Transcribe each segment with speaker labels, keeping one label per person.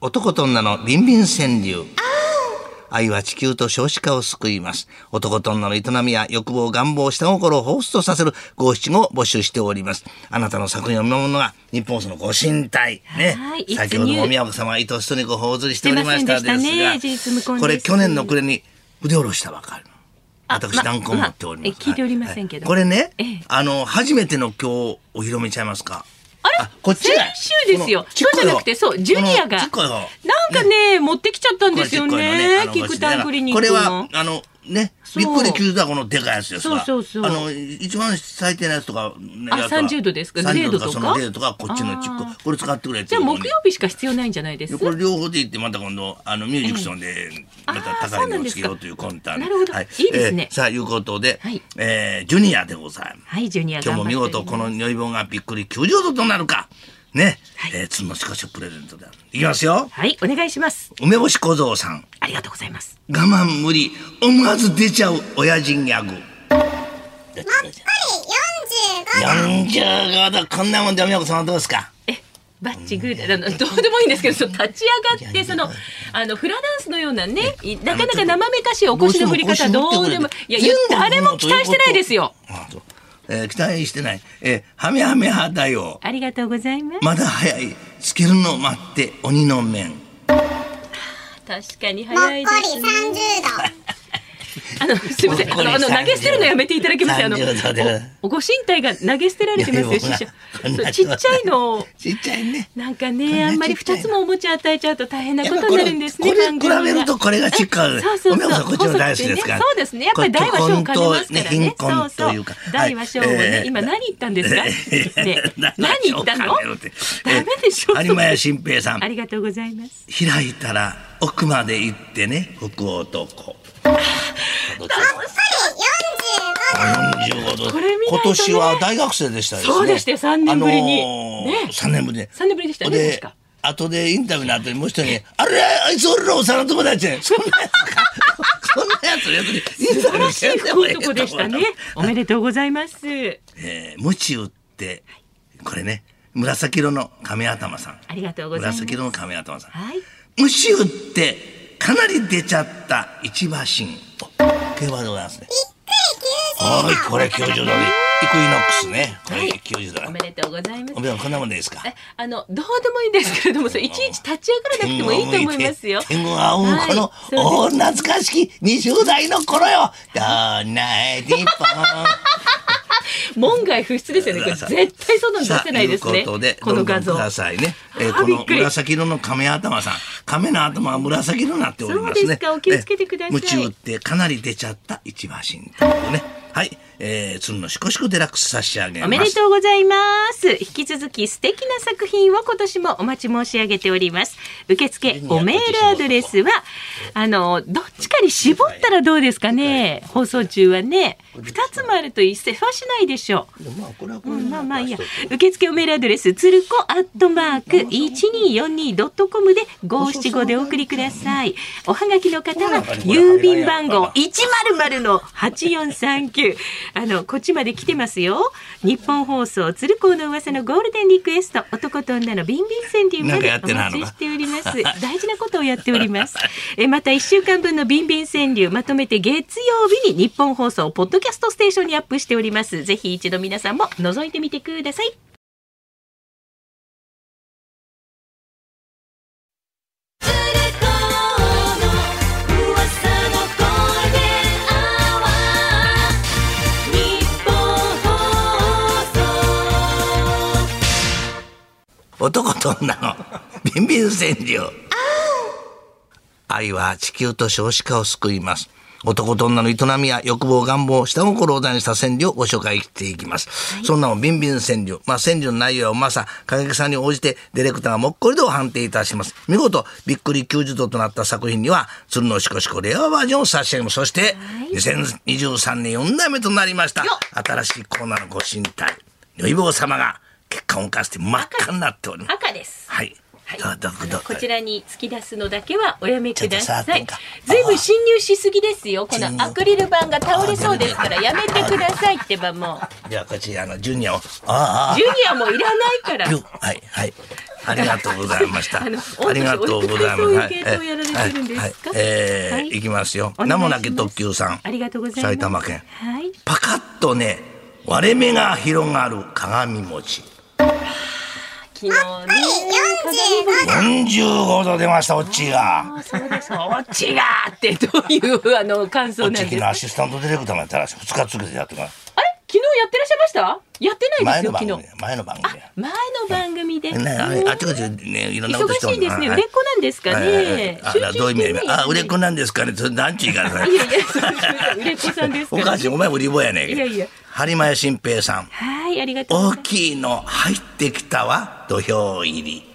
Speaker 1: 男と女のビンビン川柳。愛は地球と少子化を救います。男と女の営みや欲望、願望、下心を放出とさせる五七五を募集しております。あなたの作品を見守るのが日本放送のご神体。ね
Speaker 2: はい。いつ
Speaker 1: 先ほども
Speaker 2: 入
Speaker 1: 宮本様が伊藤人にご訪ずりしておりましたです
Speaker 2: してませんでしたね事実無
Speaker 1: が、
Speaker 2: 根です
Speaker 1: これ去年の暮れに腕下ろしたばかりの。
Speaker 2: あ
Speaker 1: 私
Speaker 2: ま
Speaker 1: 断行持っております、
Speaker 2: まえ聞いておりませんけど
Speaker 1: はいこれね、
Speaker 2: ええ
Speaker 1: あの初めての今日お披露目ちゃいますか
Speaker 2: あれ
Speaker 1: こっちが
Speaker 2: 先週ですよ
Speaker 1: このちっこい
Speaker 2: そうじゃなくてそうジュニア
Speaker 1: この
Speaker 2: が
Speaker 1: ちっこい方
Speaker 2: なんかね、持ってきちゃったん
Speaker 1: こ
Speaker 2: で
Speaker 1: れ
Speaker 2: す
Speaker 1: ちっ
Speaker 2: よ
Speaker 1: こいの
Speaker 2: ね
Speaker 1: あ。の
Speaker 2: キックタンクリニッ
Speaker 1: こ
Speaker 2: ク
Speaker 1: れは
Speaker 2: の。
Speaker 1: あのね
Speaker 2: そう
Speaker 1: びっくり90度はこのでかいやつですが
Speaker 2: そうそうそう
Speaker 1: あの一番最低なやつとか、ね、
Speaker 2: あ
Speaker 1: やつは
Speaker 2: 30度ですか
Speaker 1: 30
Speaker 2: 0度とか
Speaker 1: その0度とかこっちのちっこいこれ使ってくれって
Speaker 2: じ
Speaker 1: い
Speaker 2: ゃあ
Speaker 1: うの
Speaker 2: 木
Speaker 1: に
Speaker 2: 曜日しか必要ないんじゃないです
Speaker 1: でこれ両方でいってまた今度あのミュージックションでまた高いのをつけようというコンタ
Speaker 2: あーそうなんですかなるほどいいですね
Speaker 1: さあいうことで、
Speaker 2: はい
Speaker 1: えージュニアでございます。
Speaker 2: はい、ジュニア
Speaker 1: 今
Speaker 2: 頑
Speaker 1: 日
Speaker 2: 張
Speaker 1: も
Speaker 2: って
Speaker 1: 見事この如意棒がびっくり90度となるかね、えー、つのしかしプレゼントであるいきますよ
Speaker 2: はい、お願いします。
Speaker 1: 梅干し小僧さん
Speaker 2: ありがとうございます。
Speaker 1: 我慢無理思わず出ちゃう親父ギャグ45度こんなもんでおみやこさんはどうですか
Speaker 2: え、バッチグーだ。あのどうでもいいんですけど、その立ち上がって、その、あの、フラダンスのようなね、いなかなか生めかしいお腰の振り方、どうでも、いや、言って誰も期待してないですよ。
Speaker 1: あそうえー期待してないえー、はめはめはだよ
Speaker 2: ありがとうございます。
Speaker 1: まだ早いつけるの待って鬼の面
Speaker 2: 確かに
Speaker 3: もっこ
Speaker 2: 早
Speaker 3: り
Speaker 2: いです、ね。
Speaker 3: 30度。
Speaker 2: あの、すいません。あの、あの投げ捨てるのやめていただけます。あの、
Speaker 1: 30度で
Speaker 2: おご神体が投げ捨てられてますよ、師 匠。そうちっちゃいのを。
Speaker 1: ちっちゃいね
Speaker 2: なんか
Speaker 1: こん
Speaker 2: ね、
Speaker 1: な
Speaker 2: あんまり
Speaker 1: ちっちゃい
Speaker 2: 二つもおもちゃ与えちゃうと大変な
Speaker 1: やっ
Speaker 2: こ
Speaker 1: ぱ
Speaker 2: とになるんですね。
Speaker 1: これ
Speaker 2: 番
Speaker 1: こ
Speaker 2: 組が
Speaker 1: れ比べるとこれがちっかい。
Speaker 2: そうそうそう
Speaker 1: おめさんこっちも大好きですから。
Speaker 2: 細くてねそうですねやっぱり大は小を兼ねますからね
Speaker 1: こう貧困というか
Speaker 2: そうそう大は小をね今何言ったんですか
Speaker 1: えー
Speaker 2: ね 何言ったの
Speaker 1: 大は小を兼ねるて
Speaker 2: ダメでしょ
Speaker 1: えー有馬屋新平さん
Speaker 2: あ。りがとうございます。
Speaker 1: 開いたら奥まで行ってね福男。45度
Speaker 2: これ見ないと
Speaker 1: 今
Speaker 2: ね
Speaker 1: 年は大学生でしたですね。
Speaker 2: そうでしたよ三年ぶりに
Speaker 1: あのー
Speaker 2: ね
Speaker 1: 三年ぶりで。
Speaker 2: 三年ぶりでしたね
Speaker 1: で
Speaker 2: 確か、
Speaker 1: 後でインタビューの後にもう一人に、あれ、あいつ俺の幼友達 やねんそんなやつか。そんなやつのやつにインタ
Speaker 2: 素
Speaker 1: ビ
Speaker 2: 晴
Speaker 1: ュー
Speaker 2: らし
Speaker 1: せん
Speaker 2: い
Speaker 1: で
Speaker 2: 福
Speaker 1: もええと思
Speaker 2: 男
Speaker 1: う
Speaker 2: でしたね。おめでとうございます。
Speaker 1: えー、鞭打って、これね、紫色の亀頭さん。
Speaker 2: ありがとうございます。
Speaker 1: 紫色の亀頭さん。
Speaker 2: はい。
Speaker 1: 虫打って、かなり出ちゃった一馬身。お競馬でございますね。はい、これ90度で。イクイノックスね。これ90度だ
Speaker 2: おめでとうございます
Speaker 1: お。めでこんなもんでいいですか
Speaker 2: えあのどうでもいいんですけれども、それいちいち立ち上がらなくてもいいと思いますよ。
Speaker 1: 天を仰ぐこの、お
Speaker 2: はいそう
Speaker 1: ー懐かしき20代の頃よ。どんなエディポン。
Speaker 2: です門外不出ですよね。これ絶対そんなの出せないです
Speaker 1: さあ
Speaker 2: ね。
Speaker 1: いうことで、
Speaker 2: この画像。
Speaker 1: どんどんくださいね。えー
Speaker 2: あ
Speaker 1: こ
Speaker 2: び
Speaker 1: の
Speaker 2: っくり
Speaker 1: 紫色の亀頭さん、亀の頭は紫色になっておりますね。
Speaker 2: そうですかお気をつけてください
Speaker 1: えー鞭打ってかなり出ちゃった一馬身というね。はい、えー、鶴のしこしこデラックス差し上げます。
Speaker 2: おめでとうございます。引き続き素敵な作品を今年もお待ち申し上げております。受付おメールアドレスは、あの、どっちかに絞ったらどうですかね。放送中はね、二つもあると一世はしないでしょう。
Speaker 1: まあ、これはこ
Speaker 2: う
Speaker 1: れで
Speaker 2: ん、まあまあいいや
Speaker 1: なんか一つ。
Speaker 2: 受付おメールアドレス、つるこアットマーク 1242.com で575でお送りください。おはがきの方は、郵便番号100-8439。あの、こっちまで来てますよ。日本放送、つるこの噂のゴールデンリクエスト、男と女のビンビン戦というまでお待ちしております。大事なことをやっております。えまた1週間分のビンビン川柳まとめて月曜日に日本放送ポッドキャストステーションにアップしております。ぜひ一度皆さんも覗いてみてください。
Speaker 1: 男と女の ビンビン川柳愛は地球と少子化を救います男と女の営みや欲望願望下心を大にした川柳をご紹介していきます、そんなもビンビン川柳まあ川柳の内容はまさ過激さに応じてディレクターがもっこりと判定いたします見事びっくり90度となった作品には鶴のしこしこレアバージョンを差し上げますそして2023年4代目となりました
Speaker 2: よ
Speaker 1: 新しいコーナーのご神体如意棒様が血管を浮かせて真っ赤になっております
Speaker 2: 赤です。
Speaker 1: はい。
Speaker 2: はい
Speaker 1: どうどうどう
Speaker 2: こちらに突き出すのだけはおやめくだ
Speaker 1: ちょっと触
Speaker 2: さ
Speaker 1: って
Speaker 2: い
Speaker 1: んか。
Speaker 2: ずいぶん侵入しすぎですよ。この
Speaker 1: 侵入
Speaker 2: アクリル板が倒れそうですからやめてくださいってばもう。
Speaker 1: ではこちらのジュニアを。ああああ。
Speaker 2: ジュニアもいらないから。
Speaker 1: よはいはい。ありがとうございました。
Speaker 2: あの
Speaker 1: ありがとうございます。
Speaker 2: そういう系統をやられてるんですか
Speaker 1: えー
Speaker 2: はいい、
Speaker 1: きますよ。
Speaker 2: お願いします
Speaker 1: 名もなき特急さん。
Speaker 2: ありがとうございます
Speaker 1: 埼玉県。
Speaker 2: はい
Speaker 1: パカッとね、割れ目が広がる鏡餅。
Speaker 2: 昨日ね
Speaker 1: 45度出ました、オッチーが。
Speaker 2: そうですおっちがーってどういうあの感
Speaker 1: オ
Speaker 2: 想なん
Speaker 1: ッ
Speaker 2: で
Speaker 1: チー昨
Speaker 2: すか
Speaker 1: 日アシスタントディレクターもやったらしい。2日続けてやってから。
Speaker 2: あれ昨日やってらっしゃいましたやってない
Speaker 1: 前
Speaker 2: で
Speaker 1: の番
Speaker 2: す
Speaker 1: 組
Speaker 2: よ昨
Speaker 1: で
Speaker 2: 日。
Speaker 1: 前の番組で。
Speaker 2: 前の番組で、
Speaker 1: ね、あれあちこちね、いろんなことして
Speaker 2: 忙しいですね売れっ子なんですかね
Speaker 1: あ
Speaker 2: 集中してね
Speaker 1: どういう意味やあ、売れっ子なんですかね。それなんちゅう言い方だ
Speaker 2: いやいやそうそう売れっ子さんです
Speaker 1: お
Speaker 2: か
Speaker 1: からしい、お前売り坊やねんけど。
Speaker 2: いやいや
Speaker 1: 張前新平さん。
Speaker 2: はいありがとうご
Speaker 1: 大
Speaker 2: ざいます
Speaker 1: きいの入ってきたわ、土俵入り。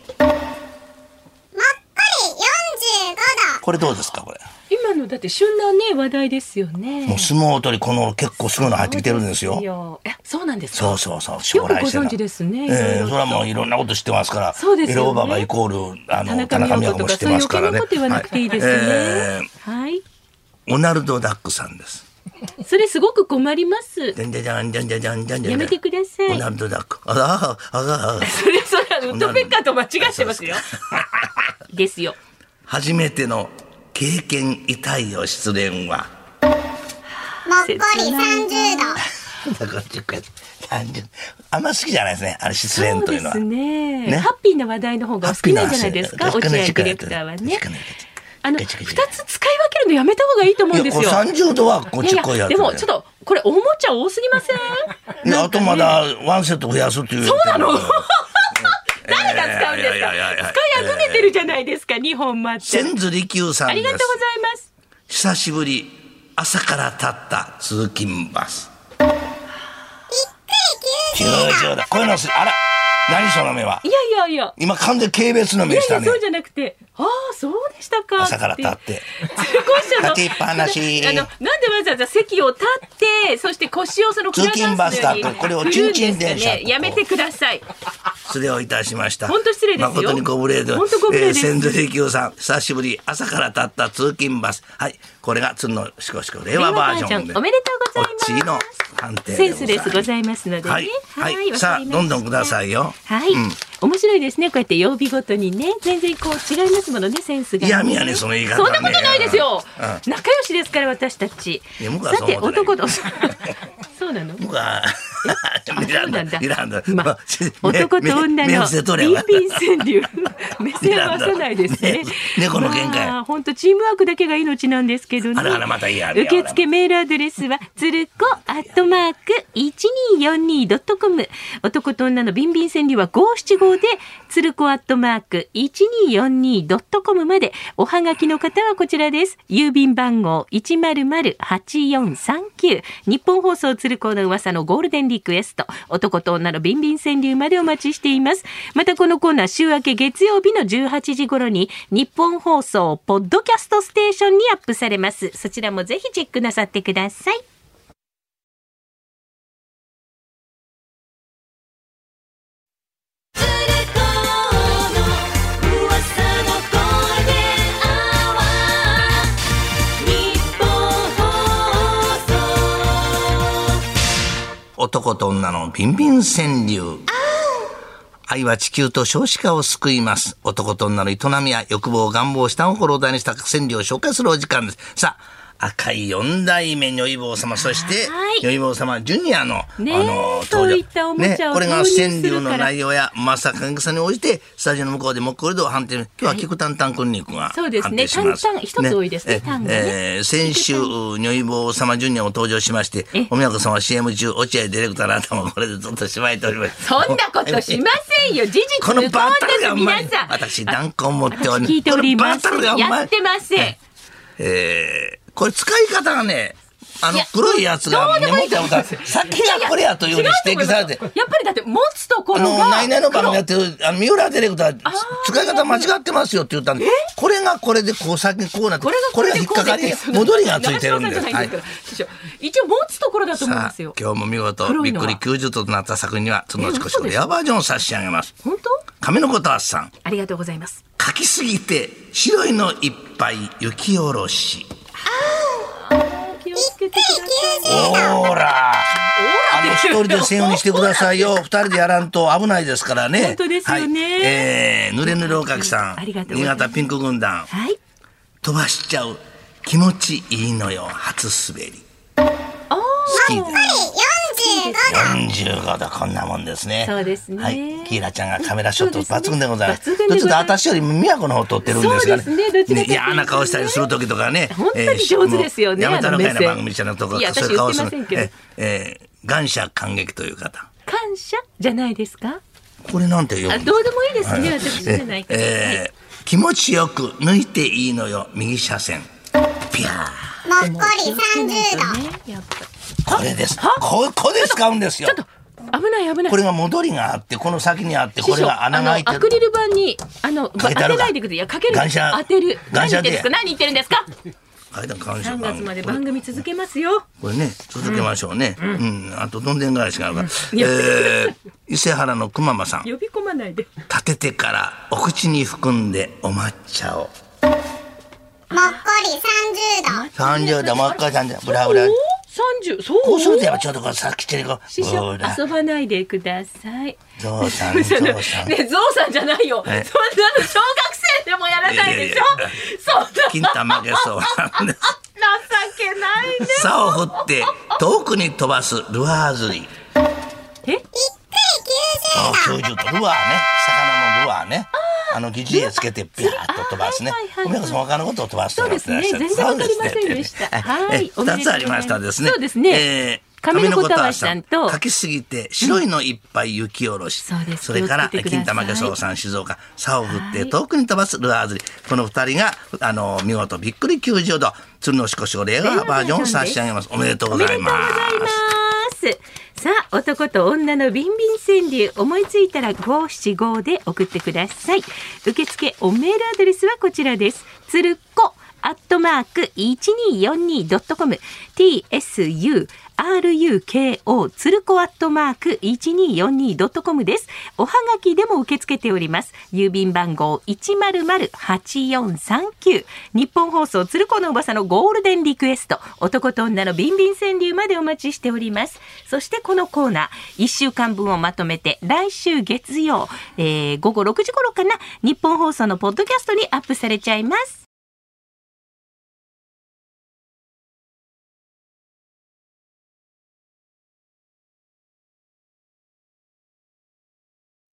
Speaker 1: これどうですか、これ。
Speaker 2: 今のだって旬なね話題ですよね
Speaker 1: もう相撲取り、この結構すごいの入ってきてるんですよ。
Speaker 2: よえそうなんですか
Speaker 1: そうそうそう、将来性
Speaker 2: よくご
Speaker 1: が
Speaker 2: 存知ですね
Speaker 1: え
Speaker 2: いろい
Speaker 1: え
Speaker 2: ろと
Speaker 1: それはもういろんなこと知ってますから。
Speaker 2: そうですよね
Speaker 1: エロババイコール、あの、
Speaker 2: 田
Speaker 1: 田中
Speaker 2: 中
Speaker 1: 美
Speaker 2: 美
Speaker 1: 和子
Speaker 2: 代子
Speaker 1: も
Speaker 2: と
Speaker 1: 知っ
Speaker 2: か
Speaker 1: て
Speaker 2: そうい
Speaker 1: ま
Speaker 2: う
Speaker 1: すか
Speaker 2: 余
Speaker 1: らね。
Speaker 2: 計なこと言わなくていいです
Speaker 1: はい
Speaker 2: ね
Speaker 1: え
Speaker 2: はい
Speaker 1: えオナルドダックさんです。
Speaker 2: それすごく困ります
Speaker 1: じゃんじゃじゃんじゃんじゃんじゃんじゃんじゃん。
Speaker 2: やめてください
Speaker 1: オナルドダック。あら、あら、あら。
Speaker 2: それそれウッドペッカーと間違ってますよですよ
Speaker 1: 初めての経験痛いよ、失恋は。
Speaker 3: もっこり30度。
Speaker 1: だから10回30あ んま好きじゃないですねあれ失
Speaker 2: そ
Speaker 1: 恋
Speaker 2: う
Speaker 1: とい
Speaker 2: で
Speaker 1: うのは
Speaker 2: すね
Speaker 1: ね
Speaker 2: ハッピーな話題の方がお好きなんじゃないですか
Speaker 1: ハッピ
Speaker 2: 落合
Speaker 1: ーな
Speaker 2: デ
Speaker 1: 話
Speaker 2: ィレクターはね
Speaker 1: 確かに確かに
Speaker 2: あの二
Speaker 1: 確
Speaker 2: つ
Speaker 1: か
Speaker 2: 使
Speaker 1: に
Speaker 2: い分けるのやめた方がいいと思うん
Speaker 1: い
Speaker 2: で
Speaker 1: や
Speaker 2: す
Speaker 1: こ
Speaker 2: よ
Speaker 1: れ30度はこっ
Speaker 2: い
Speaker 1: ち
Speaker 2: や
Speaker 1: 来
Speaker 2: い
Speaker 1: い
Speaker 2: や
Speaker 1: や
Speaker 2: でもちょっ
Speaker 1: っ
Speaker 2: とこれおもちゃ多すぎません
Speaker 1: あとまだワンセット増やすっていう
Speaker 2: そうなの
Speaker 1: 誰
Speaker 2: 誰が使うんですか使いあぐねてるじゃないですか2本待って
Speaker 1: 千鶴久さ
Speaker 2: あ
Speaker 1: んで
Speaker 2: りがとうござ
Speaker 1: す
Speaker 2: います
Speaker 1: 久しぶり朝から立った通勤バス90度こういうのすあら何その目はい
Speaker 2: やいやいや
Speaker 1: 今完全に軽蔑の
Speaker 2: い
Speaker 1: 目
Speaker 2: や
Speaker 1: し
Speaker 2: い
Speaker 1: た
Speaker 2: や
Speaker 1: ね
Speaker 2: そうじゃなくてああそうでしたか
Speaker 1: 朝から立って
Speaker 2: 通行者の
Speaker 1: 立ちっぱなし
Speaker 2: あのなんでわざわざ席を立ってそして腰をそのフラダンスのよう
Speaker 1: 通勤
Speaker 2: に
Speaker 1: バスだとこれをチンチン電車
Speaker 2: 振るんですかねやめてください
Speaker 1: 失礼をいたしました。
Speaker 2: 本当失礼ですよ
Speaker 1: 誠にご無礼で。
Speaker 2: 本当ご無礼です
Speaker 1: えー千鶴久さん、久しぶり、朝から立った通勤バス。はい、これが鶴のしこしこ令和バージョンで。
Speaker 2: 令和バージョンおめでとうございます
Speaker 1: おっちの鑑定
Speaker 2: センスレスご
Speaker 1: い
Speaker 2: ざいますのでね
Speaker 1: はいはい
Speaker 2: わかりました
Speaker 1: さあどんどんくださいよ
Speaker 2: はい
Speaker 1: うん
Speaker 2: 面白いですねこうやって曜日ごとにね全然こう違いますものねセンスが
Speaker 1: 嫌みやねその言い方
Speaker 2: そ
Speaker 1: は
Speaker 2: ん
Speaker 1: ね
Speaker 2: なことないですよ
Speaker 1: う
Speaker 2: 仲良しですから私たち
Speaker 1: いや僕は
Speaker 2: さ
Speaker 1: そう
Speaker 2: て
Speaker 1: 思ってない
Speaker 2: 男と そうなの
Speaker 1: 僕 は、いらん
Speaker 2: あそうなんだ
Speaker 1: だ。いらんだ。
Speaker 2: まあ
Speaker 1: め
Speaker 2: 男と女
Speaker 1: め目
Speaker 2: の
Speaker 1: 伏せ取
Speaker 2: ビ
Speaker 1: れ
Speaker 2: ン
Speaker 1: ば
Speaker 2: ビン川柳 目線は合わさないですね
Speaker 1: ね猫の限界
Speaker 2: まあ本当チームワークだけが命なんですけどね
Speaker 1: あらあらまたいいやんね
Speaker 2: 受付メールアドレスはつるこアットマーク 1242.com 男と女のビンビン川柳は575でつるこアットマーク 1242.com までおはがきの方はこちらです郵便番号100-8439日本放送つるこの噂のゴールデンリクエスト男と女のビンビン川柳までお待ちしていますまたこのコーナー週明け月曜日の18時頃に日本放送ポッドキャストステーションにアップされますそちらもぜひチェックなさってください
Speaker 1: 男と女のビンビン川柳。愛は地球と少子化を救います。男と女の営みや欲望、願望、下心を題にした川柳を紹介するお時間です。さあ、赤い四代目如意坊様、そして
Speaker 2: はい、
Speaker 1: 如意坊様ジュニアの、
Speaker 2: ねえそういったおもちゃを
Speaker 1: これが
Speaker 2: 購入す
Speaker 1: 川柳
Speaker 2: るか
Speaker 1: の
Speaker 2: ら
Speaker 1: 内容や、まさかんさんに応じて、スタジオの向こうでもっこり度を判定、今日は菊丹丹君に君が
Speaker 2: そうです
Speaker 1: 判定
Speaker 2: ね
Speaker 1: します
Speaker 2: 丹々一つ多いですね
Speaker 1: え
Speaker 2: 丹がね
Speaker 1: えー先週、如意坊様ジュニアを登場しまして
Speaker 2: え、
Speaker 1: おみやこさんは CM 中、落合ディレクターの頭をこれでずっとしまいております。
Speaker 2: そんなことしませんよ事実
Speaker 1: この
Speaker 2: 無根
Speaker 1: バタル
Speaker 2: で
Speaker 1: が
Speaker 2: す
Speaker 1: うま
Speaker 2: 皆
Speaker 1: い
Speaker 2: さ。ん
Speaker 1: 私、断固持っており
Speaker 2: 聞いております
Speaker 1: このバタルがうま
Speaker 2: や
Speaker 1: い
Speaker 2: ってません
Speaker 1: えーこれ使い方がね、あ
Speaker 2: い
Speaker 1: の
Speaker 2: や、
Speaker 1: 黒いやつ
Speaker 2: ど
Speaker 1: が
Speaker 2: うで
Speaker 1: 根
Speaker 2: もいい
Speaker 1: 元やった先がこれやというふうに指摘されて。
Speaker 2: やっぱりだって持つとこ
Speaker 1: あ
Speaker 2: ろ
Speaker 1: の、
Speaker 2: が
Speaker 1: ナイナイの番組やってる、あの、三浦ディレクター、使い方間違ってますよって言ったんで、これがこれでこう先にこうなって、
Speaker 2: これが
Speaker 1: これが引っかかり、戻りがついてるんです。はい
Speaker 2: 一応持つところだと思うんで
Speaker 1: さあ
Speaker 2: す
Speaker 1: 今
Speaker 2: よ
Speaker 1: 日も見事
Speaker 2: 黒
Speaker 1: び
Speaker 2: い
Speaker 1: っ
Speaker 2: の
Speaker 1: く
Speaker 2: は
Speaker 1: り90度となった作品にはそのうちこしこ
Speaker 2: え嘘でし
Speaker 1: レアバージョンを差し上げます
Speaker 2: 本当
Speaker 1: 亀の子とあっさん
Speaker 2: ありがとうございます
Speaker 1: 書きすぎて白いのいっぱい雪下ろし
Speaker 2: 気をつけてください。
Speaker 1: ほらあの一人で専用にしてくださいよ二人でやらんと危ないですからね
Speaker 2: 本当ですよね
Speaker 1: はいえー、ぬれぬれおかきさん
Speaker 2: ありがとうご
Speaker 1: 新
Speaker 2: ざいます
Speaker 1: 潟ピンク軍団
Speaker 2: はい。
Speaker 1: 飛ばしちゃう気持ちいいのよ初滑り
Speaker 2: あ
Speaker 1: 好きだ
Speaker 3: 45度。
Speaker 1: 45度こんなもんですね
Speaker 2: そうですね
Speaker 1: はいキーラちゃんがカメラショット
Speaker 2: そうで
Speaker 1: 抜
Speaker 2: すね
Speaker 1: 群でございます
Speaker 2: 抜群でございます
Speaker 1: ちょっと私よりも宮子の方撮ってるんですがね
Speaker 2: そうですねどちらかというとね
Speaker 1: 嫌な顔したりする時とかね
Speaker 2: 本当に上手ですよね
Speaker 1: えーもうやめたのかい
Speaker 2: あ
Speaker 1: な
Speaker 2: の目線
Speaker 1: 番組みたいなとこ
Speaker 2: いや
Speaker 1: そういう顔
Speaker 2: 私
Speaker 1: す
Speaker 2: 言
Speaker 1: る
Speaker 2: ってませんけど
Speaker 1: えーえー感謝感激という方
Speaker 2: 感謝じゃないですか。
Speaker 1: これなんて読む
Speaker 2: あ、
Speaker 1: んです
Speaker 2: ど
Speaker 1: か
Speaker 2: うでもいいですね。私じゃないから。はい
Speaker 1: えー気持ちよく抜いていいのよ右車線ピャー
Speaker 3: もっこり
Speaker 2: 気をつけない
Speaker 3: 30
Speaker 2: と
Speaker 3: 度。
Speaker 2: ねやっ
Speaker 1: これですここで使うんですよ
Speaker 2: ぱ危ない危ない
Speaker 1: こ。れが戻りがあってこの先にあってこ
Speaker 2: 師
Speaker 1: れ
Speaker 2: 匠
Speaker 1: が穴が開いて
Speaker 2: あのアクリ
Speaker 1: る
Speaker 2: ル板にあの
Speaker 1: かけてあ
Speaker 2: 当
Speaker 1: る
Speaker 2: て
Speaker 1: か
Speaker 2: ないでください。いやかける。
Speaker 1: ガンシャ
Speaker 2: 当てる。
Speaker 1: ガン
Speaker 2: 何
Speaker 1: シ
Speaker 2: 言
Speaker 1: ャ
Speaker 2: ってんです
Speaker 1: で
Speaker 2: か。何言ってるんですか。
Speaker 1: はいだ感謝
Speaker 2: 3月まで
Speaker 1: これ
Speaker 2: 番組続けますよ。
Speaker 1: これね続けましょうねうん、あとどんでん返しがあるから、
Speaker 2: や
Speaker 1: えー伊勢原のくままさん
Speaker 2: 呼び込まないで。
Speaker 1: 立ててからお口に含んでお抹茶を
Speaker 3: もっこり30度。
Speaker 1: 30度もう一回30度ブラブラ
Speaker 2: お三十。そう。
Speaker 1: こうするとやっぱちょっとこうさっきてるこ
Speaker 2: 師
Speaker 1: う
Speaker 2: 匠
Speaker 1: ほら
Speaker 2: 遊ばないでください。
Speaker 1: ゾウさんゾウ さん
Speaker 2: ねゾウさんじゃないよ。そんな
Speaker 1: え
Speaker 2: の小学生でもやらない
Speaker 1: いやいや
Speaker 2: でしょ
Speaker 1: い。
Speaker 2: そんな
Speaker 1: 金玉ゲソなんです
Speaker 2: 情けないね。
Speaker 1: 竿を振って遠くに飛ばすルアー釣り
Speaker 2: え、
Speaker 1: あの90度ルアーね魚のルアーねあの疑似餌つけてビャーッと飛ばすね
Speaker 2: はいはいはい
Speaker 1: おめさん他のことを飛ばすと
Speaker 2: そう
Speaker 1: か
Speaker 2: ですね。
Speaker 1: やって
Speaker 2: 全
Speaker 1: らっしゃ
Speaker 2: 然わ
Speaker 1: る
Speaker 2: かりませんでした。は
Speaker 1: え
Speaker 2: い。おめ
Speaker 1: 二つ
Speaker 2: でとうござい
Speaker 1: ありましたですね
Speaker 2: そうですね
Speaker 1: え。ー
Speaker 2: 亀の子たわしさんと
Speaker 1: 書。きすぎて白いのいっぱい雪下ろし、
Speaker 2: そうです
Speaker 1: れから
Speaker 2: 気をつけてくださ
Speaker 1: 金
Speaker 2: い
Speaker 1: 玉家総さん静岡竿を振って遠くに飛ばすルアー釣りこの二人があの見事びっくり90度鶴のしこしこレアバージョンを差し上げますおめでとう
Speaker 2: お
Speaker 1: ご
Speaker 2: め
Speaker 1: ざ
Speaker 2: でと
Speaker 1: いう
Speaker 2: ござい
Speaker 1: ます
Speaker 2: ます。さあ、男と女のビンビン川柳、思いついたら五七五で送ってください。受付おメールアドレスはこちらです。つるっこアットマーク一二四二ドットコム T S U R U K O つるこアットマーク一二四二ドットコムです。おはがきでも受け付けております。郵便番号一0 0 8 4 3 9日本放送鶴子のおばさんのゴールデンリクエスト男と女のビンビン川柳までお待ちしておりますそしてこのコーナー1週間分をまとめて来週月曜、えー午後6時頃かな日本放送のポッドキャストにアップされちゃいます